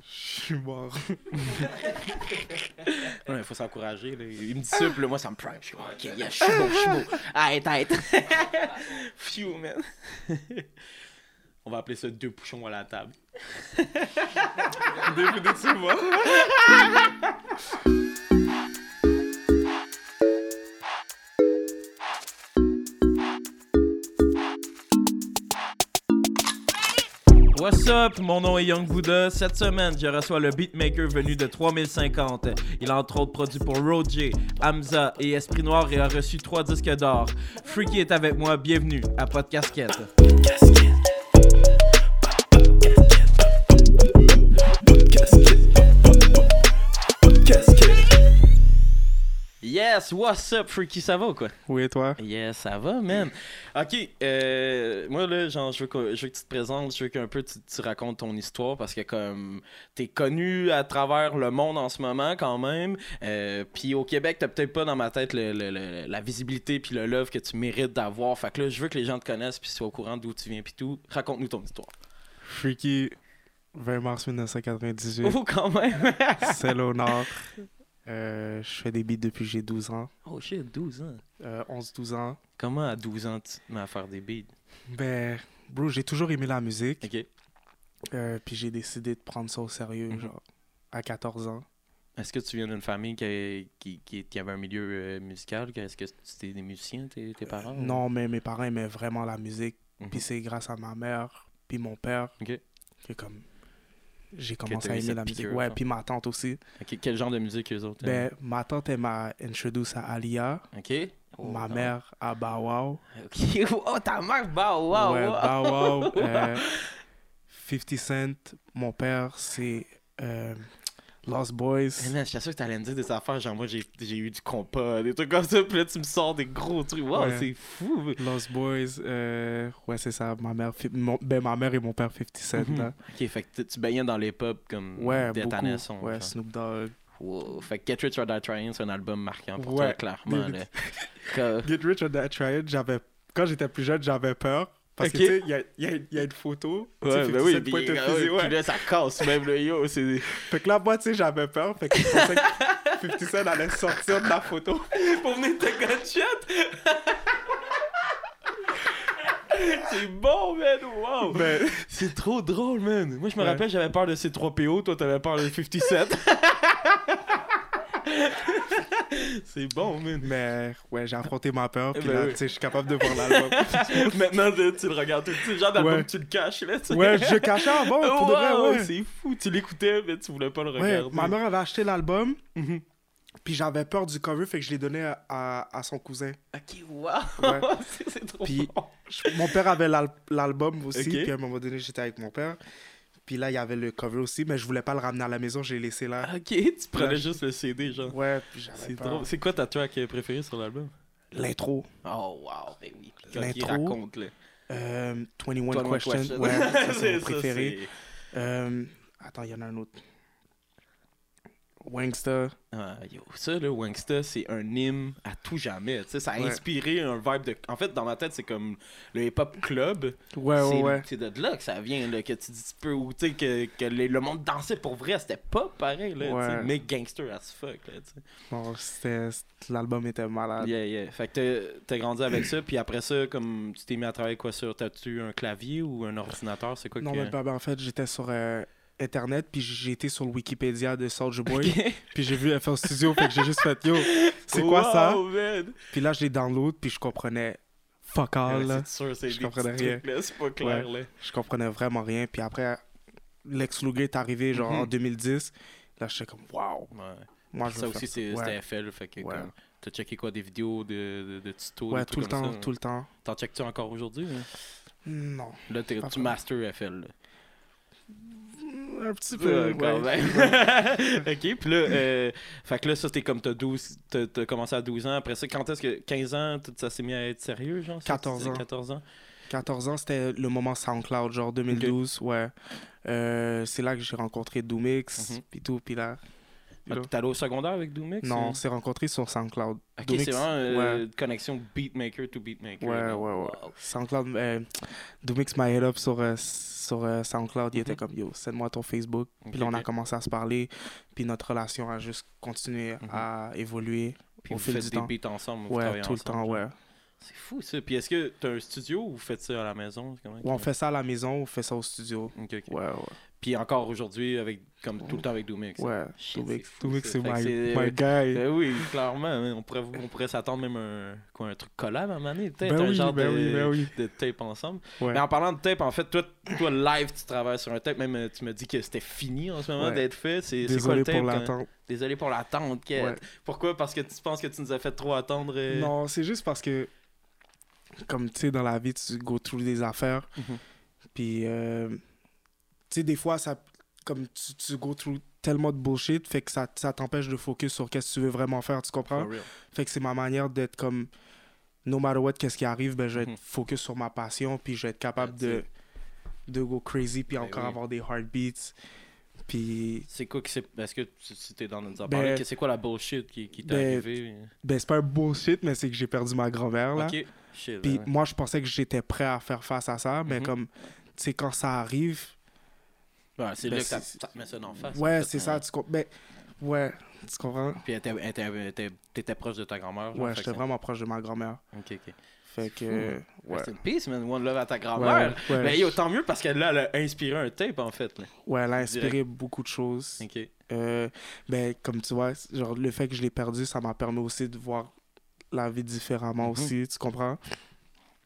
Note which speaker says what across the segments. Speaker 1: suis mort.
Speaker 2: Non, il faut s'encourager. là. Il me dit ça, puis là, moi, ça me prime. Je suis comme, ok, yeah, je suis beau, je suis beau. Arrête, arrête. Phew, man. On va appeler ça deux pouchons à la table.
Speaker 1: Définitivement.
Speaker 3: What's up, mon nom est Young Buddha. Cette semaine, je reçois le beatmaker venu de 3050. Il a entre autres produit pour Roger, Hamza et Esprit Noir et a reçu trois disques d'or. Freaky est avec moi, bienvenue à Pas de Casquette.
Speaker 2: Yes, what's up, Freaky, ça va ou quoi?
Speaker 1: Oui, et toi?
Speaker 2: Yes, ça va, man. Ok, euh, moi, là, genre, je veux, que, je veux que tu te présentes, je veux qu'un peu tu, tu racontes ton histoire parce que, comme, t'es connu à travers le monde en ce moment, quand même. Euh, puis au Québec, t'as peut-être pas dans ma tête le- le- le- la visibilité puis le love que tu mérites d'avoir. Fait que là, je veux que les gens te connaissent puis soient au courant d'où tu viens puis tout. Raconte-nous ton histoire.
Speaker 1: Freaky, 20 mars 1998,
Speaker 2: Oh, quand même!
Speaker 1: c'est l'honneur. Euh, je fais des beats depuis que j'ai 12 ans.
Speaker 2: oh shit, 12 ans.
Speaker 1: Euh, 11-12 ans.
Speaker 2: Comment à 12 ans tu m'as à faire des beats?
Speaker 1: Ben, bro, j'ai toujours aimé la musique.
Speaker 2: Ok.
Speaker 1: Euh, puis j'ai décidé de prendre ça au sérieux,
Speaker 2: Mhm.
Speaker 1: genre, à 14 ans.
Speaker 2: Est-ce que tu viens d'une famille qui, qui, qui, qui avait un milieu euh, musical? Est-ce que c'était des musiciens, tes, tes parents? ou-
Speaker 1: Non, mais mes parents aimaient vraiment la musique.
Speaker 2: Ah. Mhm.
Speaker 1: Puis c'est grâce à ma mère, puis mon père,
Speaker 2: Ok.
Speaker 1: que comme j'ai
Speaker 2: t'as
Speaker 1: commencé
Speaker 2: eu
Speaker 1: à aimer
Speaker 2: cette
Speaker 1: la musique.
Speaker 2: piqûre,
Speaker 1: Ouais,
Speaker 2: genre.
Speaker 1: puis ma tante aussi.
Speaker 2: Ok, Quel genre de musique eux autres?
Speaker 1: Ben, ma tante, elle m'a introduit à Alia,
Speaker 2: hein? Ok. Oh,
Speaker 1: ma
Speaker 2: non.
Speaker 1: mère à Bawao.
Speaker 2: Ok. Oh, ta mère, bah, wow,
Speaker 1: ouais,
Speaker 2: wow.
Speaker 1: Bow Wow, euh, 50 Cent. Mon père, c'est euh, Lost
Speaker 2: Hey,
Speaker 1: Boys.
Speaker 2: Eh, man, je suis sûr que t'allais me dire des affaires, genre moi j'ai j'ai eu du compas, des trucs comme ça, puis là tu me sors des gros trucs. Wow,
Speaker 1: Ouais.
Speaker 2: c'est fou.
Speaker 1: Lost Boys, euh, ouais, c'est ça. Ma mère, fi- mon- ben, ma mère et mon père, 50 Cent.
Speaker 2: Mhm.
Speaker 1: là.
Speaker 2: Ok, fait que tu- tu baignais dans les pubs comme
Speaker 1: Ouais,
Speaker 2: dès ta
Speaker 1: beaucoup.
Speaker 2: naissance.
Speaker 1: ouais,
Speaker 2: genre.
Speaker 1: Snoop Dogg.
Speaker 2: Wow. Fait que Get Rich or Die Trying, c'est un album marquant pour toi,
Speaker 1: Ouais.
Speaker 2: clairement.
Speaker 1: Des-
Speaker 2: là. Que-
Speaker 1: Get Rich or Die Trying, j'avais... quand j'étais plus jeune, j'avais peur. Parce
Speaker 2: Ok.
Speaker 1: que, tu sais, il y a, il y a- il y a une photo. tu sais,
Speaker 2: Ouais,
Speaker 1: 50
Speaker 2: ben
Speaker 1: Cent
Speaker 2: oui, puis,
Speaker 1: pointe le
Speaker 2: ah
Speaker 1: fusil,
Speaker 2: ouais,
Speaker 1: ouais.
Speaker 2: puis là ça casse même le yo, c'est
Speaker 1: Fait que là, moi, tu sais, j'avais peur. Fait que je pensais que 50 Cent allait sortir de la photo.
Speaker 2: pour venir te gunshot. c'est bon, man, wow.
Speaker 1: Mais
Speaker 2: C'est trop drôle, man. Moi, je me
Speaker 1: Ouais.
Speaker 2: rappelle, j'avais peur de ces 3 PO. Toi, t'avais peur de 57. c'est bon, man.
Speaker 1: Mais ouais, j'ai affronté ma peur, puis
Speaker 2: Ben
Speaker 1: là,
Speaker 2: oui.
Speaker 1: tu sais, je suis capable de voir l'album.
Speaker 2: Maintenant, là, tu le regardes tout. C'est le genre d'album
Speaker 1: Ouais.
Speaker 2: que tu le caches, là. tu-
Speaker 1: ouais, je cachais avant,
Speaker 2: Oh,
Speaker 1: pour de vrai,
Speaker 2: wow,
Speaker 1: ouais.
Speaker 2: C'est fou. Tu l'écoutais, mais tu voulais pas le
Speaker 1: Ouais,
Speaker 2: regarder.
Speaker 1: ma mère avait acheté l'album,
Speaker 2: Mhm.
Speaker 1: puis j'avais peur du cover, fait que je l'ai donné à, à, à son cousin.
Speaker 2: Ok, wow.
Speaker 1: Ouais.
Speaker 2: c'est, c'est trop
Speaker 1: Puis-
Speaker 2: bon.
Speaker 1: Je- mon père avait l'al- l'album aussi,
Speaker 2: Ok.
Speaker 1: puis à un moment donné, j'étais avec mon père. Puis là, il y avait le cover aussi, mais je voulais pas le ramener à la maison, je l'ai laissé là.
Speaker 2: Ok, tu prenais
Speaker 1: Ouais.
Speaker 2: juste le CD, genre.
Speaker 1: Ouais, puis j'avais
Speaker 2: Ah. C'est
Speaker 1: peur.
Speaker 2: drôle. C'est quoi ta track euh, préférée sur l'album?
Speaker 1: L'intro.
Speaker 2: Oh, wow, ben oui.
Speaker 1: L'intro.
Speaker 2: raconte, là.
Speaker 1: Euh, 21,
Speaker 2: Toi,
Speaker 1: Questions.
Speaker 2: question.
Speaker 1: Ouais, ça, c'est mon
Speaker 2: ça,
Speaker 1: préféré.
Speaker 2: c'est-
Speaker 1: Euh, attends, il y en a un autre. Wangsta.
Speaker 2: Ah, yo, ça, le Wangsta, c'est un hymne à tout jamais. Tu sais, ça a
Speaker 1: Ouais.
Speaker 2: inspiré un vibe de. En fait, dans ma tête, c'est comme le hip-hop club.
Speaker 1: Ouais,
Speaker 2: c'est
Speaker 1: ouais, ouais.
Speaker 2: c'est de là que ça vient, là, que tu dis tu peux, ou tu sais, que, que les- le monde dansait pour vrai. C'était pas pareil, là. tu sais,
Speaker 1: Ouais.
Speaker 2: Mais gangster as fuck, là, tu sais.
Speaker 1: Bon, c'était- l'album était malade.
Speaker 2: Yeah, yeah. Fait que t'as- t'as grandi avec ça, puis après ça, comme tu t'es mis à travailler quoi sur. T'as-tu un clavier ou un ordinateur C'est quoi
Speaker 1: Non,
Speaker 2: que.
Speaker 1: mais pas- ben, en fait, j'étais sur euh, Internet, puis j'ai été sur le Wikipédia de Soulja Boy,
Speaker 2: Ok.
Speaker 1: puis j'ai vu FL Studio, fait que j'ai juste fait « Yo, c'est quoi ça?
Speaker 2: Wow, man. »
Speaker 1: Puis là, je l'ai download, puis je comprenais fuck all,
Speaker 2: Ouais,
Speaker 1: là.
Speaker 2: c'est sûr, c'est
Speaker 1: je
Speaker 2: des
Speaker 1: comprenais
Speaker 2: petits
Speaker 1: rien.
Speaker 2: trucs, là. C'est pas clair, là.
Speaker 1: Je comprenais vraiment rien, puis après, Lex Luger est arrivé, genre, en
Speaker 2: Mhm.
Speaker 1: 2010. Là, j'étais comme « Wow,
Speaker 2: Ouais.
Speaker 1: moi, Ah, je veux
Speaker 2: Ça
Speaker 1: faire
Speaker 2: aussi, c'est-
Speaker 1: Ouais.
Speaker 2: c'était FL. Fait que,
Speaker 1: Ouais.
Speaker 2: comme, t'as checké quoi, des vidéos de, de, de tutos?
Speaker 1: Ouais,
Speaker 2: des
Speaker 1: tout
Speaker 2: trucs
Speaker 1: le
Speaker 2: comme
Speaker 1: temps,
Speaker 2: ça,
Speaker 1: tout le temps.
Speaker 2: T'en checkes-tu encore aujourd'hui? hein?
Speaker 1: Non,
Speaker 2: Là, t'es-
Speaker 1: Pas
Speaker 2: tu
Speaker 1: vraiment.
Speaker 2: master FL. là.
Speaker 1: un petit peu,
Speaker 2: Ouais, quand
Speaker 1: ouais.
Speaker 2: même. ok, puis là, euh, fait que là, ça, t'es comme t'as 12, t'as t'as commencé à 12 ans. Après ça, quand est-ce que 15 ans, tout ça s'est mis à être sérieux, genre? ça,
Speaker 1: 14
Speaker 2: tu disais
Speaker 1: ans.
Speaker 2: 14 ans.
Speaker 1: 14 ans, c'était le moment SoundCloud, genre 2012, ouais. Euh, c'est là que j'ai rencontré Doomix,
Speaker 2: Mhm.
Speaker 1: puis tout, puis là, you know.
Speaker 2: Ah, T'es allé au secondaire avec Doomix
Speaker 1: Non,
Speaker 2: ou-
Speaker 1: on s'est rencontrés sur SoundCloud.
Speaker 2: Ok,
Speaker 1: Doomix,
Speaker 2: c'est vraiment euh,
Speaker 1: ouais.
Speaker 2: une connexion beatmaker to beatmaker.
Speaker 1: Ouais,
Speaker 2: là.
Speaker 1: ouais, ouais.
Speaker 2: Wow.
Speaker 1: SoundCloud, euh, Doomix My Head Up sur, euh, sur euh, SoundCloud, il était
Speaker 2: Mhm.
Speaker 1: comme Yo, send-moi ton Facebook.
Speaker 2: Ok,
Speaker 1: Puis là, on a
Speaker 2: ok.
Speaker 1: commencé à se parler. Puis notre relation a juste continué
Speaker 2: Mhm.
Speaker 1: à évoluer.
Speaker 2: Puis
Speaker 1: au
Speaker 2: vous
Speaker 1: fil
Speaker 2: faites
Speaker 1: du
Speaker 2: des
Speaker 1: temps.
Speaker 2: beats ensemble. vous
Speaker 1: Ouais,
Speaker 2: travaillez
Speaker 1: tout le
Speaker 2: ensemble.
Speaker 1: temps, ouais.
Speaker 2: C'est fou ça. Puis est-ce que t'as un studio ou vous faites ça à la maison Comment-
Speaker 1: Ouais, on fait ça à la maison, on fait ça au studio.
Speaker 2: Ok, ok.
Speaker 1: Ouais, ouais.
Speaker 2: Puis encore aujourd'hui, avec comme tout le temps avec Doomix.
Speaker 1: Ouais,
Speaker 2: Shit,
Speaker 1: Doomix,
Speaker 2: c'est fou,
Speaker 1: Doomix,
Speaker 2: ça.
Speaker 1: c'est
Speaker 2: Fait que
Speaker 1: my,
Speaker 2: c'est-
Speaker 1: my guy.
Speaker 2: Ben oui, clairement. hein. On pourrait, vous- on pourrait s'attendre même un, quoi, un truc collab à un moment donné, peut-être.
Speaker 1: Ben
Speaker 2: un
Speaker 1: oui,
Speaker 2: genre
Speaker 1: ben
Speaker 2: de,
Speaker 1: oui, ben oui.
Speaker 2: de tape ensemble.
Speaker 1: Ouais.
Speaker 2: Mais en parlant de tape, en fait, toi, toi live, tu travailles sur un tape. Même euh, tu me dis que c'était fini en ce moment
Speaker 1: Ouais.
Speaker 2: d'être fait. C'est c'est quoi
Speaker 1: Désolé
Speaker 2: le hein? tape
Speaker 1: pour
Speaker 2: quand-
Speaker 1: l'attente.
Speaker 2: Désolé pour l'attente, Kate.
Speaker 1: Ouais.
Speaker 2: Pourquoi Parce que tu penses que tu nous as fait trop attendre. euh,
Speaker 1: Non, c'est juste parce que, comme tu sais, dans la vie, tu go through des affaires.
Speaker 2: Mhm.
Speaker 1: Puis, euh, tu sais, des fois, ça, comme tu, tu go through tellement de bullshit, fait que ça, ça t'empêche de focus sur qu'est-ce que tu veux vraiment faire, tu comprends?
Speaker 2: for real.
Speaker 1: Fait que c'est ma manière d'être comme, no matter what, qu'est-ce qui arrive, ben, je vais
Speaker 2: Mhm.
Speaker 1: être focus sur ma passion, puis je vais être capable
Speaker 2: That's
Speaker 1: de, de go crazy, puis
Speaker 2: Ben
Speaker 1: encore
Speaker 2: oui.
Speaker 1: avoir des heartbeats. Puis,
Speaker 2: C'est quoi que c'est. Est-ce que tu si t'es dans nous en
Speaker 1: Ben-
Speaker 2: parler, que c'est quoi la bullshit qui, qui t'est
Speaker 1: Ben,
Speaker 2: arrivée
Speaker 1: ben, c'est pas un bullshit, mais c'est que j'ai perdu ma grand-mère, là.
Speaker 2: Ok, shit. ben
Speaker 1: Puis
Speaker 2: ouais.
Speaker 1: moi, je pensais que j'étais prêt à faire face à ça, mais
Speaker 2: Mhm.
Speaker 1: comme, tu sais, quand ça arrive,
Speaker 2: Ouais, c'est
Speaker 1: ben,
Speaker 2: là que t'as-
Speaker 1: c'est-
Speaker 2: t'as mis ça en face. en
Speaker 1: ouais,
Speaker 2: fait,
Speaker 1: c'est
Speaker 2: hein.
Speaker 1: ça, tu comprends. Ben, ouais, tu comprends?
Speaker 2: Puis elle était- elle était- elle était- t'étais proche de ta grand-mère. genre, fait
Speaker 1: Ouais,
Speaker 2: que
Speaker 1: j'étais
Speaker 2: c'est-
Speaker 1: vraiment proche de ma grand-mère.
Speaker 2: Ok, ok.
Speaker 1: Fait
Speaker 2: fou,
Speaker 1: que, euh, ouais.
Speaker 2: C'est une peace, man. One love à ta
Speaker 1: Ouais,
Speaker 2: grand-mère.
Speaker 1: ouais,
Speaker 2: Mais yo,
Speaker 1: je-
Speaker 2: tant mieux parce que là, elle a inspiré un tape, en fait. là.
Speaker 1: ouais, elle a
Speaker 2: direct.
Speaker 1: inspiré beaucoup de choses.
Speaker 2: Ok.
Speaker 1: Euh, ben, comme tu vois, c- genre, le fait que je l'ai perdu, ça m'a permis aussi de voir la vie différemment
Speaker 2: Mhm.
Speaker 1: aussi, tu comprends?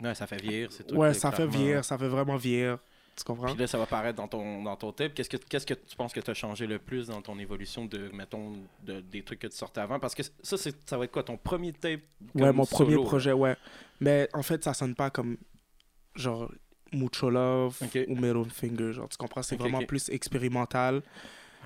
Speaker 2: Non, ça fait vieillir, c'est tout.
Speaker 1: Ouais,
Speaker 2: là,
Speaker 1: ça fait
Speaker 2: clairement.
Speaker 1: vieillir, ça fait vraiment vieillir, tu comprends?
Speaker 2: Puis là, ça va paraître dans ton, dans ton tape. Qu'est-ce que, qu'est-ce que tu penses que tu as changé le plus dans ton évolution de, mettons, de- des trucs que tu sortais avant? Parce que ça, c'est, ça va être quoi, ton premier tape?
Speaker 1: Ouais,
Speaker 2: comme
Speaker 1: mon
Speaker 2: solo,
Speaker 1: premier
Speaker 2: là?
Speaker 1: projet, ouais. Mais en fait, ça sonne pas comme genre Mucho Love
Speaker 2: Ok.
Speaker 1: ou Middle Finger. Genre, tu comprends? C'est
Speaker 2: Ok,
Speaker 1: vraiment
Speaker 2: ok.
Speaker 1: plus expérimental.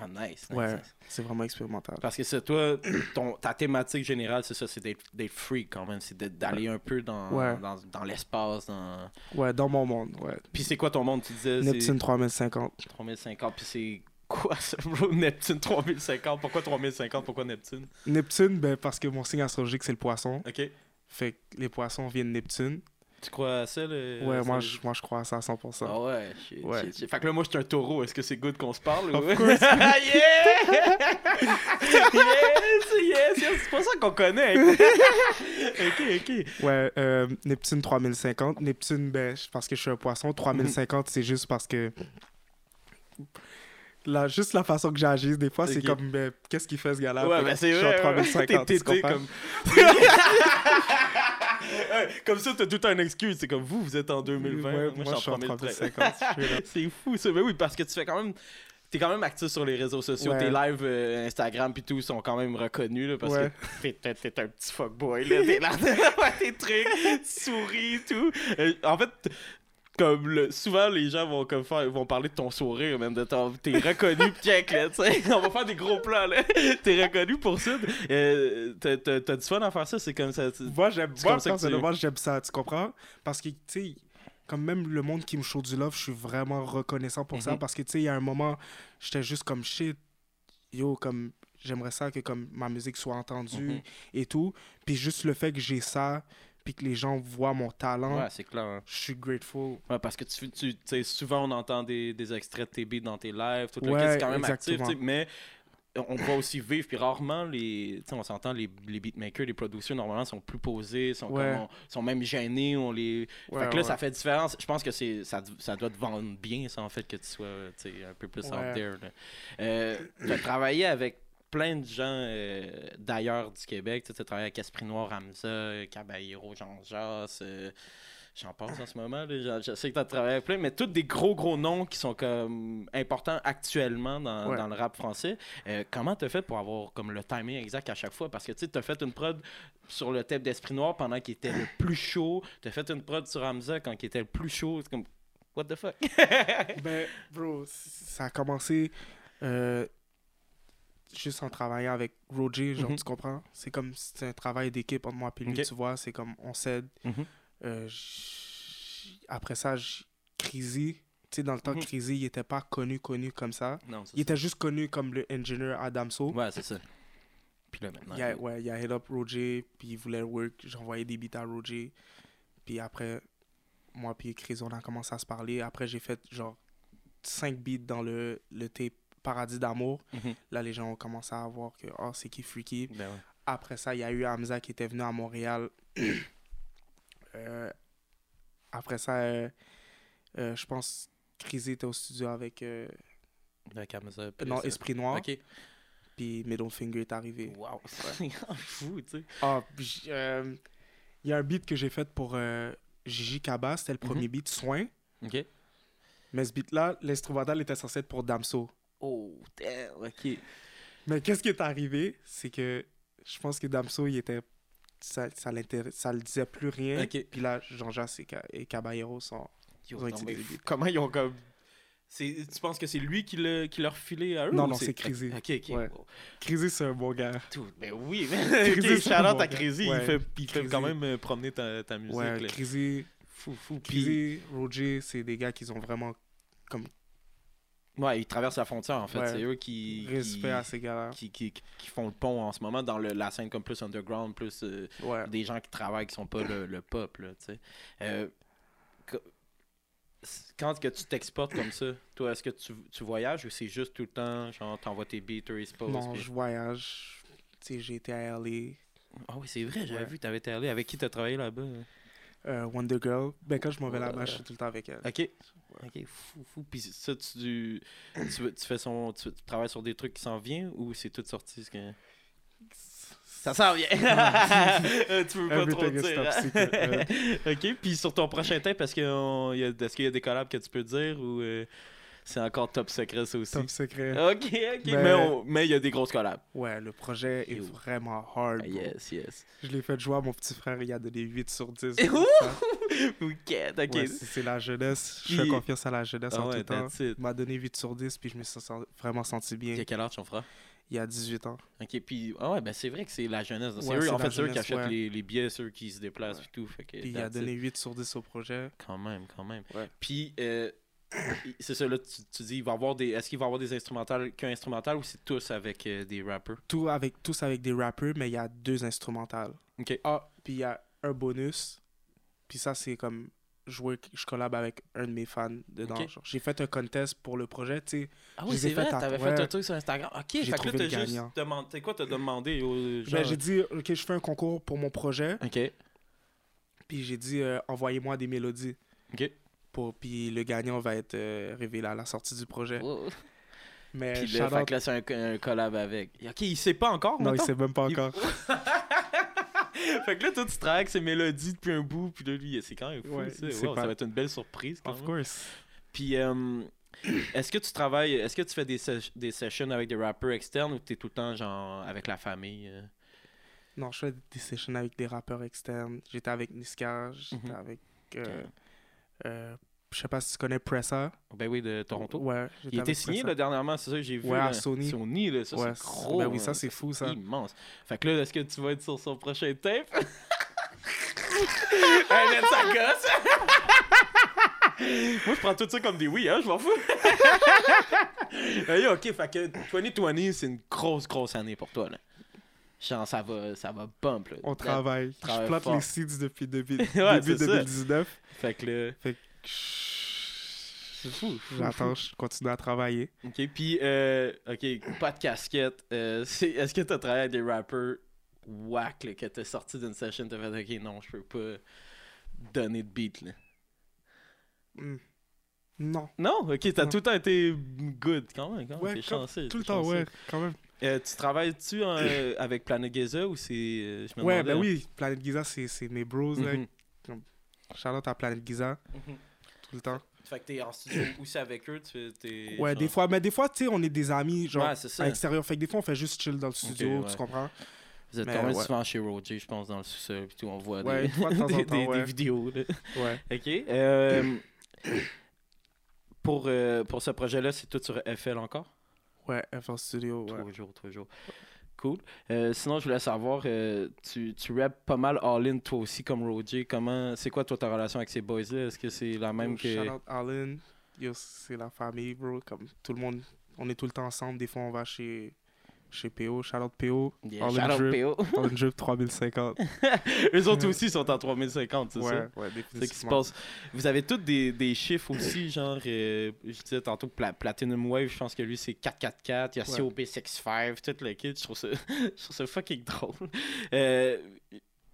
Speaker 2: Ah, nice, nice,
Speaker 1: Ouais.
Speaker 2: nice.
Speaker 1: C'est vraiment expérimental.
Speaker 2: Parce que c'est toi, ton, ta thématique générale, c'est ça, c'est d'être, d'être free quand même. C'est de- d'aller un peu dans,
Speaker 1: Ouais.
Speaker 2: dans, dans l'espace. Dans...
Speaker 1: Ouais, dans mon monde, ouais.
Speaker 2: Puis c'est quoi ton monde? Tu disais
Speaker 1: Neptune 3050.
Speaker 2: c'est 3050. Puis c'est quoi ça, bro? Neptune 3050. Pourquoi 3050? Pourquoi Neptune?
Speaker 1: Neptune, ben, parce que mon signe astrologique, c'est le poisson.
Speaker 2: Ok.
Speaker 1: Fait que les poissons viennent de Neptune.
Speaker 2: Tu crois à ça? le-
Speaker 1: ouais,
Speaker 2: Euh, ça,
Speaker 1: moi
Speaker 2: le-
Speaker 1: je, moi, je crois à ça à 100%.
Speaker 2: Ah ouais, shit,
Speaker 1: Ouais.
Speaker 2: shit, shit. Fait que là, moi, je suis un taureau. Est-ce que c'est good qu'on se parle?
Speaker 1: Of
Speaker 2: ou... Ah,
Speaker 1: course.
Speaker 2: yeah! yes, yes, yes. C'est pour ça qu'on connaît. ok, ok.
Speaker 1: Ouais, euh, Neptune 3050. Neptune, ben, je- parce que je suis un poisson. 3050, c'est juste parce que. La, juste la façon que j'agis, des fois, c'est
Speaker 2: Ok.
Speaker 1: comme, ben, qu'est-ce qu'il fait ce gars-là?
Speaker 2: ouais,
Speaker 1: Fait
Speaker 2: ben
Speaker 1: que
Speaker 2: c'est
Speaker 1: je suis
Speaker 2: vrai.
Speaker 1: en 3050.
Speaker 2: T'es
Speaker 1: tu
Speaker 2: tété
Speaker 1: comprends?
Speaker 2: comme... Ouais, comme ça, t'as tout un excuse. C'est comme vous, vous êtes en 2020.
Speaker 1: Ouais,
Speaker 2: moi, je suis en
Speaker 1: 3050.
Speaker 2: 2013.
Speaker 1: je suis là.
Speaker 2: C'est fou, ça. Ben oui, parce que tu fais quand même. T'es quand même actif sur les réseaux sociaux.
Speaker 1: Ouais.
Speaker 2: Tes lives euh, Instagram pis tout sont quand même reconnus, là, parce
Speaker 1: Ouais.
Speaker 2: que t'es- t'es- t'es un petit fuckboy, là. T'es là, t'es là, ouais, tes trucs, tu souris, tout. Euh, en fait, comme le- souvent, les gens vont comme faire, vont parler de ton sourire, même de ton. T'es reconnu, pis check, là, tu sais. On va faire des gros plans, là. T'es reconnu pour ça. Euh, t'as- T'as t'as du fun à faire ça, c'est comme ça. tu-
Speaker 1: Moi, j'aime
Speaker 2: C'est
Speaker 1: moi,
Speaker 2: comme ça que tu-
Speaker 1: personnellement, j'aime ça, tu comprends? Parce que, tu sais, comme même le monde qui me show du love, je suis vraiment reconnaissant pour ça.
Speaker 2: Mhm.
Speaker 1: Parce que, tu sais, il y a un moment, j'étais juste comme shit, yo, comme j'aimerais ça que comme ma musique soit entendue
Speaker 2: Mhm.
Speaker 1: et tout. Puis juste le fait que j'ai ça, puis que les gens voient mon talent,
Speaker 2: Ouais, c'est clair, hein.
Speaker 1: je suis grateful.
Speaker 2: Ouais, parce que tu, tu tu sais, souvent on entend des, des extraits de tes beats dans tes lives, tout le
Speaker 1: Ouais,
Speaker 2: kit, c'est quand même actif,
Speaker 1: exactement.
Speaker 2: tu sais, mais on va aussi vivre, puis rarement, les, tu sais, on s'entend, les, les beatmakers, les producteurs, normalement, sont plus posés, sont,
Speaker 1: Ouais.
Speaker 2: comme on- sont même gênés, on les...
Speaker 1: Ouais,
Speaker 2: fait que là,
Speaker 1: ouais.
Speaker 2: ça fait différence. Je pense que c'est ça, ça doit te vendre bien, ça, en fait, que tu sois tu sais, un peu plus
Speaker 1: Ouais.
Speaker 2: out there. là. Euh, tu as travaillé avec plein de gens euh, d'ailleurs du Québec. Tu as travaillé avec Esprit Noir, Hamza, Caballero, Jean-Jas. J'en pense en ce moment. là. J'en- Je sais que tu as travaillé avec plein, mais tous des gros, gros noms qui sont comme importants actuellement dans,
Speaker 1: Ouais.
Speaker 2: dans le rap français. Euh, comment tu as fait pour avoir comme le timing exact à chaque fois? Parce que tu as fait une prod sur le thème d'Esprit Noir pendant qu'il était le plus chaud. T'as fait une prod sur Hamza quand il était le plus chaud. C'est comme, what the fuck?
Speaker 1: Ben, bro, c- ça a commencé euh, juste en travaillant avec Roger, genre,
Speaker 2: Mhm.
Speaker 1: tu comprends? C'est comme, c'est un travail d'équipe entre moi et lui,
Speaker 2: Ok.
Speaker 1: tu vois, Mhm. c'est comme, on s'aide.
Speaker 2: Mhm.
Speaker 1: Euh, j- après ça, j- Crazy, tu sais, dans le temps
Speaker 2: Mhm.
Speaker 1: de Crazy, il était pas connu, connu comme ça.
Speaker 2: Non, c'est
Speaker 1: Il était juste connu comme le engineer Adamso.
Speaker 2: ça. Ouais, c'est ça. Puis là, maintenant.
Speaker 1: Il a, ouais, il a head up Roger, puis il voulait work. J'envoyais des beats à Roger. Puis après, moi puis Crazy, on a commencé à se parler. Après, j'ai fait genre 5 beats dans le, le tape Paradis d'amour.
Speaker 2: Mhm.
Speaker 1: Là, les gens ont commencé à voir que, oh, c'est qui Freaky.
Speaker 2: Ben ouais.
Speaker 1: Après ça, il y a eu Hamza qui était venu à Montréal. Euh, après ça, euh, euh, je pense Crisé était au studio avec euh,
Speaker 2: Avec Hamza,
Speaker 1: euh,
Speaker 2: puis
Speaker 1: non,
Speaker 2: ça.
Speaker 1: Esprit Noir,
Speaker 2: Ok.
Speaker 1: puis Middle Finger est arrivé.
Speaker 2: Wow. C'est fou, tu sais.
Speaker 1: Ah, puis j'- euh, il y a un beat que j'ai fait pour euh, Gigi Kaba, c'était le premier
Speaker 2: Mhm.
Speaker 1: beat, Soin.
Speaker 2: Ok.
Speaker 1: Mais ce beat-là, l'instrumental était censé être pour Damso.
Speaker 2: Oh, damn, ok.
Speaker 1: Mais qu'est-ce qui est arrivé, c'est que je pense que Damso, il était... Ça, ça, l'intéresse- ça le disait plus rien.
Speaker 2: Ok.
Speaker 1: Puis là, Jean-Jacques et Ca- et Caballero sont...
Speaker 2: Yo,
Speaker 1: Ils ont
Speaker 2: non,
Speaker 1: été
Speaker 2: mais
Speaker 1: débiles.
Speaker 2: comment ils ont comme. C'est- Tu penses que c'est lui qui l'a qui l'a refilé à eux
Speaker 1: Non,
Speaker 2: ou
Speaker 1: non, c'est Crazy.
Speaker 2: Ok, ok.
Speaker 1: Ouais.
Speaker 2: wow.
Speaker 1: Crazy, c'est un bon gars.
Speaker 2: Tout. Mais oui, mais.
Speaker 1: Crazy,
Speaker 2: ok,
Speaker 1: c'est
Speaker 2: shout out
Speaker 1: bon,
Speaker 2: à
Speaker 1: gars.
Speaker 2: Crazy.
Speaker 1: Ouais.
Speaker 2: Il, fait, il fait
Speaker 1: Crazy.
Speaker 2: quand même euh, promener ta, ta musique.
Speaker 1: Ouais,
Speaker 2: là.
Speaker 1: Crazy,
Speaker 2: Fou, fou. Puis,
Speaker 1: Crazy, Roger, c'est des gars qui ont vraiment
Speaker 2: ouais, ils traversent la frontière en fait.
Speaker 1: Ouais.
Speaker 2: C'est eux qui.
Speaker 1: respect
Speaker 2: qui-
Speaker 1: à ces gars-là.
Speaker 2: Qui, qui, qui font le pont en ce moment dans le- la scène comme plus underground, plus euh,
Speaker 1: Ouais.
Speaker 2: des gens qui travaillent qui sont pas le, le pop là, tu sais. Euh, co- quand que tu t'exportes comme ça, toi est-ce que tu, tu voyages ou c'est juste tout le temps genre t'envoies tes beats, tu exposes
Speaker 1: Non,
Speaker 2: puis-
Speaker 1: je voyage. Tu sais, j'ai été à LA,
Speaker 2: Ah oui, c'est vrai, j'avais
Speaker 1: Ouais.
Speaker 2: vu t'avais été allé avec qui t'as travaillé là-bas. hein?
Speaker 1: euh, Wonder Girl. Ben, quand je m'en vais là-bas,
Speaker 2: Ouais.
Speaker 1: je suis tout le temps avec elle.
Speaker 2: OK. OK, fou fou puis ça tu tu, tu fais son tu, tu travailles sur des trucs qui s'en viennent ou c'est tout sorti ce que ça s'en vient.
Speaker 1: Ah,
Speaker 2: tu veux pas trop
Speaker 1: Everything is
Speaker 2: dire.
Speaker 1: top secret.
Speaker 2: hein? OK, puis sur ton prochain tape est-ce qu'il y, a- est-ce qu'il y a des collabs que tu peux dire ou euh, c'est encore top secret ça aussi
Speaker 1: Top secret. Ben,
Speaker 2: OK, OK, mais
Speaker 1: Mais-
Speaker 2: mais on- mais il y a des grosses collabs.
Speaker 1: Ouais, le projet est
Speaker 2: Yo.
Speaker 1: vraiment hard. bro.
Speaker 2: Ah, Yes, yes.
Speaker 1: Je l'ai fait jouer à mon petit frère, il a donné 8 sur 10.
Speaker 2: Eh, ouh!
Speaker 1: Ça,
Speaker 2: OK, OK.
Speaker 1: ouais, c'est c'est la jeunesse. Je fais
Speaker 2: Puis-
Speaker 1: confiance à la jeunesse
Speaker 2: Ah
Speaker 1: en
Speaker 2: ouais,
Speaker 1: tout temps.
Speaker 2: that's it.
Speaker 1: Il m'a donné 8 sur 10, puis je me suis sen- vraiment senti
Speaker 2: Il y
Speaker 1: bien.
Speaker 2: a quel âge ton frère?
Speaker 1: Il y a 18 ans.
Speaker 2: Ok, puis ah ouais, ben c'est vrai que c'est la jeunesse. C'est
Speaker 1: Ouais,
Speaker 2: eux,
Speaker 1: c'est
Speaker 2: en
Speaker 1: la
Speaker 2: fait, c'est eux qui
Speaker 1: jeunesse,
Speaker 2: achètent
Speaker 1: ouais.
Speaker 2: les, les billets, c'est eux qui se déplacent
Speaker 1: Ouais.
Speaker 2: et tout. Fait que,
Speaker 1: Puis il a
Speaker 2: that's
Speaker 1: donné
Speaker 2: it.
Speaker 1: 8 sur 10 au projet.
Speaker 2: Quand même, quand même.
Speaker 1: Ouais.
Speaker 2: Puis euh, c'est ça, là, tu, tu dis, il va y avoir des. Est-ce qu'il va y avoir des instrumentales qu'un instrumental ou c'est tous avec euh, des rappers
Speaker 1: tout avec, tous avec des rappers, mais il y a deux instrumentales.
Speaker 2: Ok.
Speaker 1: Ah, puis il y a un bonus. Puis ça, c'est comme jouer, je collab avec un de mes fans dedans.
Speaker 2: Ok.
Speaker 1: genre. J'ai fait un contest pour le projet, tu sais.
Speaker 2: Ah
Speaker 1: Je les ai faites à- ouais.
Speaker 2: truc sur Instagram. Ok,
Speaker 1: J'ai
Speaker 2: fait que
Speaker 1: trouvé
Speaker 2: là, t'as
Speaker 1: le
Speaker 2: juste
Speaker 1: gagnant.
Speaker 2: demandé. C'est quoi, t'as demandé aux gens
Speaker 1: Ben, j'ai dit, OK, je fais un concours pour mon projet.
Speaker 2: Ok,
Speaker 1: Puis j'ai dit, euh, envoyez-moi des mélodies.
Speaker 2: ok.
Speaker 1: Pour, puis le gagnant va être euh, révélé à la sortie du projet.
Speaker 2: Oh.
Speaker 1: Mais
Speaker 2: Puis là,
Speaker 1: shout-out-
Speaker 2: fait que là, c'est un, un collab avec. Ok, il sait pas encore,
Speaker 1: Non, il
Speaker 2: mettons.
Speaker 1: sait même pas
Speaker 2: Il-
Speaker 1: encore.
Speaker 2: Fait que là, toi, tu travailles avec ses mélodies depuis un bout, puis là, lui, c'est quand même fou,
Speaker 1: Ouais,
Speaker 2: ça.
Speaker 1: il sait
Speaker 2: Wow,
Speaker 1: pas.
Speaker 2: ça va être une belle surprise, quand
Speaker 1: Of
Speaker 2: même.
Speaker 1: course.
Speaker 2: Puis, euh, est-ce que tu travailles, est-ce que tu fais des, se- des sessions avec des rappeurs externes ou t'es tout le temps, genre, avec la famille? euh?
Speaker 1: Non, je fais des sessions avec des rappeurs externes. J'étais avec Niska, j'étais
Speaker 2: Mhm.
Speaker 1: avec. euh, euh, je sais pas si tu connais Pressa.
Speaker 2: Ben oui, de Toronto.
Speaker 1: Ouais. j'étais
Speaker 2: Il était
Speaker 1: avec
Speaker 2: signé,
Speaker 1: Pressa.
Speaker 2: là, dernièrement, c'est ça que j'ai vu.
Speaker 1: Ouais, à
Speaker 2: là.
Speaker 1: Sony.
Speaker 2: Sony, là, ça,
Speaker 1: Ouais,
Speaker 2: c'est gros.
Speaker 1: Ben oui,
Speaker 2: hein,
Speaker 1: ça, c'est fou, ça.
Speaker 2: immense. Fait que là, est-ce que tu vas être sur son prochain tape? hey, man, ça gosse! Moi, je prends tout ça comme des oui, hein, je m'en fous. hey, ok, fait que 2020, c'est une grosse, grosse année pour toi, là. Genre, ça va, ça va bump, là.
Speaker 1: On travaille.
Speaker 2: ben, travaille
Speaker 1: je plante
Speaker 2: fort.
Speaker 1: les seeds depuis début,
Speaker 2: Ouais,
Speaker 1: début
Speaker 2: c'est ça.
Speaker 1: 2019.
Speaker 2: Fait que là...
Speaker 1: C'est
Speaker 2: fou, fou,
Speaker 1: J'attends, je continue à travailler.
Speaker 2: Ok, puis, euh, ok, pas de casquette. euh, c'est- Est-ce que t'as travaillé avec des rappers whack, là, que t'es sorti d'une session, t'as fait, ok, non, je peux pas donner de beat, là.
Speaker 1: Hmm. Non.
Speaker 2: Non, ok, t'as
Speaker 1: Non.
Speaker 2: tout le temps été good, quand même, quand même,
Speaker 1: Ouais,
Speaker 2: t'es
Speaker 1: comme-
Speaker 2: chanceux. t'es
Speaker 1: Tout le temps,
Speaker 2: chanceux.
Speaker 1: ouais, quand même.
Speaker 2: Euh, tu travailles-tu en, euh, avec Planet Gaza ou c'est... euh, je me
Speaker 1: Ouais,
Speaker 2: demandais.
Speaker 1: ben oui, Planète Giza, c'est c'est mes bros. là.
Speaker 2: Mhm.
Speaker 1: Charlotte à Planète Giza, tout le temps.
Speaker 2: Fait que t'es en studio aussi avec eux, tu fais- t'es...
Speaker 1: Ouais, des fois, mais des fois, tu sais, on est des amis, genre,
Speaker 2: Ouais, c'est ça.
Speaker 1: à l'extérieur. Fait que des fois, on fait juste chill dans le studio,
Speaker 2: ouais.
Speaker 1: tu comprends?
Speaker 2: Vous êtes
Speaker 1: Mais
Speaker 2: quand même
Speaker 1: ouais.
Speaker 2: souvent chez Roger, je pense, dans le sous-sol, puis tout, on voit
Speaker 1: Ouais,
Speaker 2: des...
Speaker 1: une fois de temps en
Speaker 2: des-
Speaker 1: temps,
Speaker 2: des- des
Speaker 1: ouais.
Speaker 2: vidéos, là.
Speaker 1: Ouais.
Speaker 2: OK. Euh, pour, euh, pour ce projet-là, c'est tout sur FL encore?
Speaker 1: Ouais, FL Studio, ouais.
Speaker 2: Toujours, toujours. Cool. Euh, sinon, je voulais savoir, euh, tu, tu rappes pas mal all-in toi aussi comme Roger. Comment, c'est quoi toi ta relation avec ces boys-là? Est-ce que c'est la même
Speaker 1: Oh,
Speaker 2: que...
Speaker 1: Shout out Alan. yo, c'est la famille, bro. Comme tout le monde, on est tout le temps ensemble. Des fois, on va chez, chez PO, Charlotte PO.
Speaker 2: Yeah,
Speaker 1: All in
Speaker 2: shout out
Speaker 1: drip.
Speaker 2: PO.
Speaker 1: On drip 3050.
Speaker 2: Eux autres aussi sont en 3050, c'est ça?
Speaker 1: ouais, ouais,
Speaker 2: C'est ce qui se
Speaker 1: définitivement.
Speaker 2: passe. Vous avez tous des, des chiffres aussi, genre, euh, je disais tantôt que Pla- Platinum Wave, je pense que lui c'est 444, il y a
Speaker 1: Ouais.
Speaker 2: COB65, tout le kit. Je trouve ça, je trouve ça fucking drôle. Euh,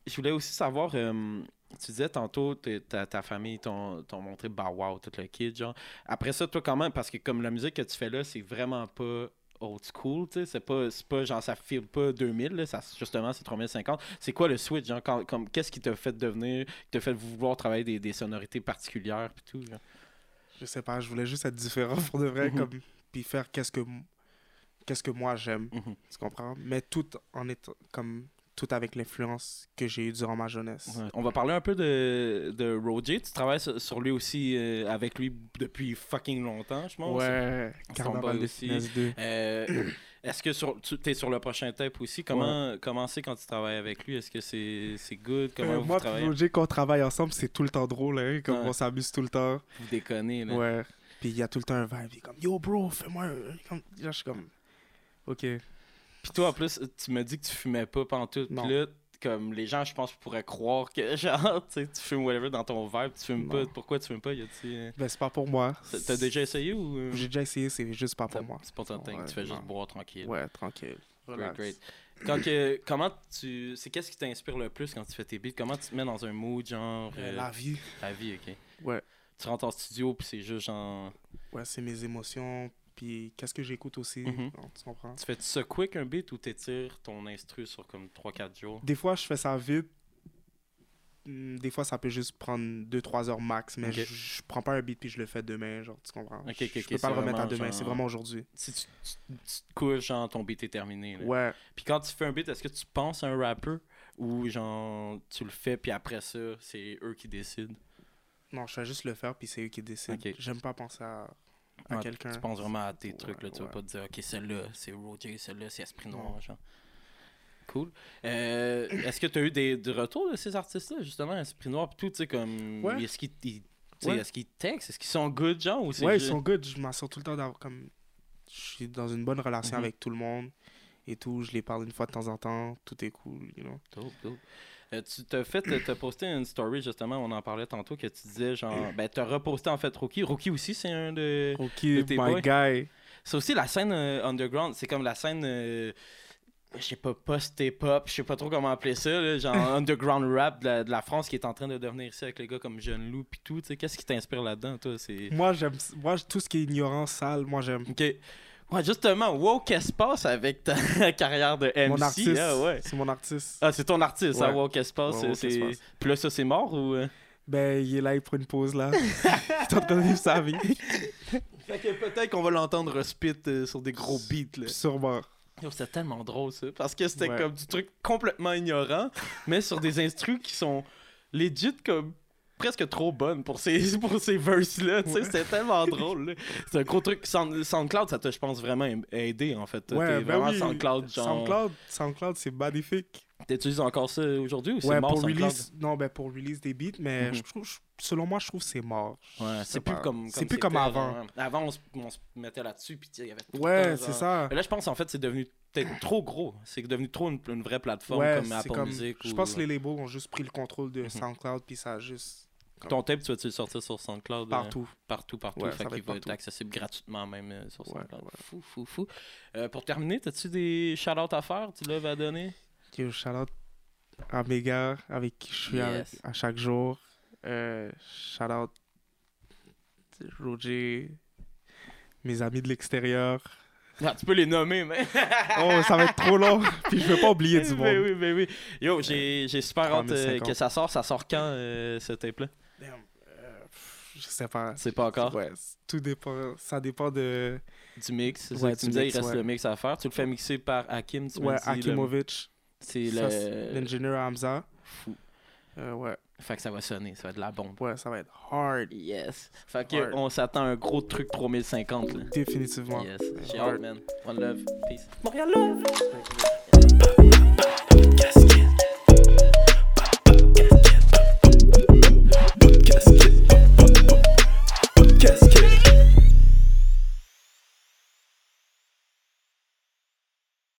Speaker 2: je voulais aussi savoir, euh, tu disais tantôt, t'es- ta, ta famille t'ont t'ont montré bah wow, tout le kit. Genre. Après ça, toi, comment, parce que comme la musique que tu fais là, c'est vraiment pas old school, tu sais, c'est pas, c'est pas genre ça file pas 2000, là, ça, justement c'est 3050. C'est quoi le switch, genre, quand- comme, qu'est-ce qui t'a fait devenir, qui t'a fait vouloir travailler des, des sonorités particulières pis tout, genre?
Speaker 1: Je sais pas, je voulais juste être différent pour de vrai,
Speaker 2: Mhm.
Speaker 1: comme, puis faire qu'est-ce que, m- qu'est-ce que moi j'aime,
Speaker 2: Mhm.
Speaker 1: tu comprends? Mais tout en étant, comme, tout avec l'influence que j'ai eue durant ma jeunesse.
Speaker 2: On va parler un peu de, de Roger, tu travailles sur, sur lui aussi, euh, avec lui depuis fucking longtemps, je pense.
Speaker 1: ouais, Carnaval
Speaker 2: Tomboy
Speaker 1: de
Speaker 2: aussi.
Speaker 1: Finesse 2.
Speaker 2: Euh, Est-ce que sur, tu es sur le prochain tape aussi? Comment comment c'est quand tu travailles avec lui? Est-ce que c'est c'est good? Comment
Speaker 1: Euh,
Speaker 2: vous
Speaker 1: moi,
Speaker 2: travaillez?
Speaker 1: puis Roger, quand on travaille ensemble, c'est tout le temps drôle, hein, comme
Speaker 2: Ouais.
Speaker 1: on s'amuse tout le temps.
Speaker 2: Vous déconnez, là.
Speaker 1: Ouais. Puis il y a tout le temps un vibe. Il est comme, yo, bro, fais-moi un. Comme, là, je suis comme, ok.
Speaker 2: Puis toi, en plus, tu me dis que tu fumais pas pantoute.
Speaker 1: Non.
Speaker 2: Puis là, comme les gens, je pense, pourraient croire que genre, tu sais, tu fumes whatever dans ton verre, puis tu fumes
Speaker 1: Non.
Speaker 2: pas. Pourquoi tu fumes pas? Y a-tu, euh,
Speaker 1: Ben, c'est pas pour moi.
Speaker 2: t'as- T'as déjà essayé ou. euh,
Speaker 1: J'ai déjà essayé, c'est juste pas pour
Speaker 2: t'as-
Speaker 1: moi.
Speaker 2: C'est pas ton thing.
Speaker 1: Ouais,
Speaker 2: tu fais
Speaker 1: non.
Speaker 2: juste boire tranquille.
Speaker 1: Ouais, tranquille.
Speaker 2: Great,
Speaker 1: Relax. Euh,
Speaker 2: great. Quand que- comment tu. C'est qu'est-ce qui t'inspire le plus quand tu fais tes beats? Comment tu te mets dans un mood, genre.
Speaker 1: Euh,
Speaker 2: euh,
Speaker 1: la vie,
Speaker 2: ta vie, ok?
Speaker 1: Ouais.
Speaker 2: Tu rentres en studio, puis c'est juste genre.
Speaker 1: ouais, c'est mes émotions. Puis qu'est-ce que j'écoute aussi.
Speaker 2: Mhm.
Speaker 1: Tu comprends?
Speaker 2: Tu fais -tu ça quick un beat ou t'étires ton instru sur comme 3-4 jours?
Speaker 1: Des fois, je fais ça vite. Hmm, Des fois, ça peut juste prendre 2-3 heures max. Mais
Speaker 2: Ok.
Speaker 1: je, je prends pas un beat puis je le fais demain. Genre, tu comprends?
Speaker 2: Ok, ok,
Speaker 1: je je
Speaker 2: ok,
Speaker 1: peux
Speaker 2: c'est
Speaker 1: pas le remettre à
Speaker 2: vraiment
Speaker 1: demain. C'est
Speaker 2: genre-
Speaker 1: vraiment aujourd'hui.
Speaker 2: Si tu, tu, tu te couches, genre ton beat est terminé. là.
Speaker 1: Ouais.
Speaker 2: Puis quand tu fais un beat, est-ce que tu penses à un rappeur ou genre tu le fais, puis après ça, c'est eux qui décident?
Speaker 1: Non, je fais juste le faire, puis c'est eux qui décident.
Speaker 2: Ok.
Speaker 1: J'aime pas penser à, à
Speaker 2: Ouais,
Speaker 1: quelqu'un.
Speaker 2: Tu penses vraiment à tes trucs, là. Tu
Speaker 1: ouais.
Speaker 2: vas pas te dire, OK, celle-là, c'est Roger, celle-là, c'est Esprit
Speaker 1: Non.
Speaker 2: Noir, genre. Cool. Euh, est-ce que tu as eu des, des retours de ces artistes-là, justement, Esprit Noir, pis tout, tu sais, comme.
Speaker 1: Ouais.
Speaker 2: Est-ce qu'ils ils- tu sais,
Speaker 1: Ouais.
Speaker 2: est-ce qu'ils textent? Est-ce qu'ils sont good, genre, ou c'est
Speaker 1: Ouais, ils
Speaker 2: juste-
Speaker 1: sont good. Je m'assure tout le temps d'avoir comme. Je suis dans une bonne relation
Speaker 2: Mhm.
Speaker 1: avec tout le monde et tout. Je les parle une fois de temps en temps. Tout est cool, you know.
Speaker 2: Dope, dope. Euh, tu t'as fait, t'as posté une story justement, on en parlait tantôt, que tu disais genre, ben t'as reposté en fait Rookie. Rookie aussi, c'est un de.
Speaker 1: Ok,
Speaker 2: t'es boy.
Speaker 1: my guy.
Speaker 2: C'est aussi la scène euh, underground, c'est comme la scène. euh, je sais pas, post-hip-hop, je sais pas trop comment appeler ça, là, genre underground rap de la, de la France qui est en train de devenir ici avec les gars comme Jeune Loup pis tout, tu sais, qu'est-ce qui t'inspire là-dedans, toi, c'est...
Speaker 1: Moi, j'aime. Moi, tout ce qui est ignorant, sale, moi, j'aime.
Speaker 2: Ok. Ouais, justement, wow, qu'est-ce qui se passe avec ta carrière de MC,
Speaker 1: Mon artiste.
Speaker 2: ah, ouais.
Speaker 1: C'est mon artiste.
Speaker 2: Ah, c'est ton artiste, hein,
Speaker 1: Ouais.
Speaker 2: wow, qu'est-ce qui se passe,
Speaker 1: Ouais, wow,
Speaker 2: c'est...
Speaker 1: qu'est-ce qui se
Speaker 2: c'est- Puis là, ça, c'est mort ou... euh?
Speaker 1: Ben, il est là, il prend une pause, là. il est en train de vivre sa vie.
Speaker 2: Fait que peut-être qu'on va l'entendre spit euh, sur des gros beats. Là.
Speaker 1: Sûrement.
Speaker 2: Yo, c'était tellement drôle ça. Parce que c'était
Speaker 1: Ouais.
Speaker 2: comme du truc complètement ignorant, mais sur des instrus qui sont legit comme presque trop bonnes pour ces, pour ces verses-là. tu sais,
Speaker 1: Ouais.
Speaker 2: C'était tellement drôle. là. C'est un gros truc. Sound- SoundCloud, ça t'a, je pense, vraiment aim- aidé en fait.
Speaker 1: Ouais,
Speaker 2: T'es
Speaker 1: ben
Speaker 2: vraiment
Speaker 1: oui.
Speaker 2: SoundCloud. Genre...
Speaker 1: SoundCloud, SoundCloud, c'est magnifique.
Speaker 2: T'utilises encore ça aujourd'hui ou c'est
Speaker 1: Ouais,
Speaker 2: mort
Speaker 1: pour
Speaker 2: SoundCloud?
Speaker 1: release, non, ben pour release des beats, mais
Speaker 2: Mhm.
Speaker 1: je trouve, je- selon moi, je trouve que c'est mort.
Speaker 2: Ouais,
Speaker 1: Je sais
Speaker 2: c'est plus
Speaker 1: pas.
Speaker 2: comme,
Speaker 1: C'est plus comme
Speaker 2: c'était,
Speaker 1: avant.
Speaker 2: genre, Avant, on se, on se mettait là-dessus, puis tu sais, il y avait tout le temps,
Speaker 1: Ouais,
Speaker 2: genre,
Speaker 1: c'est ça.
Speaker 2: Mais là, je pense en fait, c'est devenu peut-être trop gros. C'est devenu trop une, une vraie plateforme
Speaker 1: Ouais,
Speaker 2: comme
Speaker 1: c'est
Speaker 2: Apple
Speaker 1: comme.
Speaker 2: Music.
Speaker 1: Je
Speaker 2: ou- euh,
Speaker 1: pense que les labels ont juste pris le contrôle de
Speaker 2: Mhm.
Speaker 1: SoundCloud, puis ça a juste
Speaker 2: Ton tape, tu vas-tu le sortir sur SoundCloud euh,
Speaker 1: partout.
Speaker 2: Partout, partout.
Speaker 1: Ouais,
Speaker 2: fait
Speaker 1: ça va
Speaker 2: qu'il
Speaker 1: être
Speaker 2: va être
Speaker 1: partout.
Speaker 2: accessible gratuitement même euh, sur
Speaker 1: Ouais,
Speaker 2: SoundCloud.
Speaker 1: ouais.
Speaker 2: Fou, fou, fou. Euh, pour terminer, as-tu des shout-outs à faire Tu l'as à donner
Speaker 1: Yo, shout-out à mes gars avec qui je suis à-
Speaker 2: Yes.
Speaker 1: à, chaque jour. Euh, shout-out Roger, mes amis de l'extérieur.
Speaker 2: Ah, Tu peux les nommer, mais.
Speaker 1: Oh, ça va être trop long, puis je veux pas oublier
Speaker 2: Ben
Speaker 1: du monde. Euh,
Speaker 2: oui, ben oui. Yo, j'ai j'ai super hâte euh,
Speaker 1: 3050.
Speaker 2: que ça sort. Ça sort quand, euh, ce tape-là
Speaker 1: Damn, euh, pff, Je sais pas.
Speaker 2: C'est pas encore.
Speaker 1: Ouais, c- tout dépend. Ça dépend de.
Speaker 2: Du mix. c'est ça
Speaker 1: Ouais,
Speaker 2: que tu
Speaker 1: du
Speaker 2: me disais,
Speaker 1: mix,
Speaker 2: il reste
Speaker 1: ouais.
Speaker 2: le mix à faire. Tu le fais mixer par Hakim, tu me
Speaker 1: Ouais,
Speaker 2: dis, là.
Speaker 1: Akimovic.
Speaker 2: C'est
Speaker 1: Ça, c'est
Speaker 2: le.
Speaker 1: L'ingénieur Hamza.
Speaker 2: Fou.
Speaker 1: Euh, ouais,
Speaker 2: Fait que ça va sonner, ça va être de la bombe.
Speaker 1: ouais, ça va être hard.
Speaker 2: Yes. Fait que
Speaker 1: Hard.
Speaker 2: on s'attend à un gros truc 3050 là.
Speaker 1: Définitivement.
Speaker 2: Yes. J'ai
Speaker 1: Hard.
Speaker 2: hâte, man. One love. Peace.
Speaker 4: Montréal Love.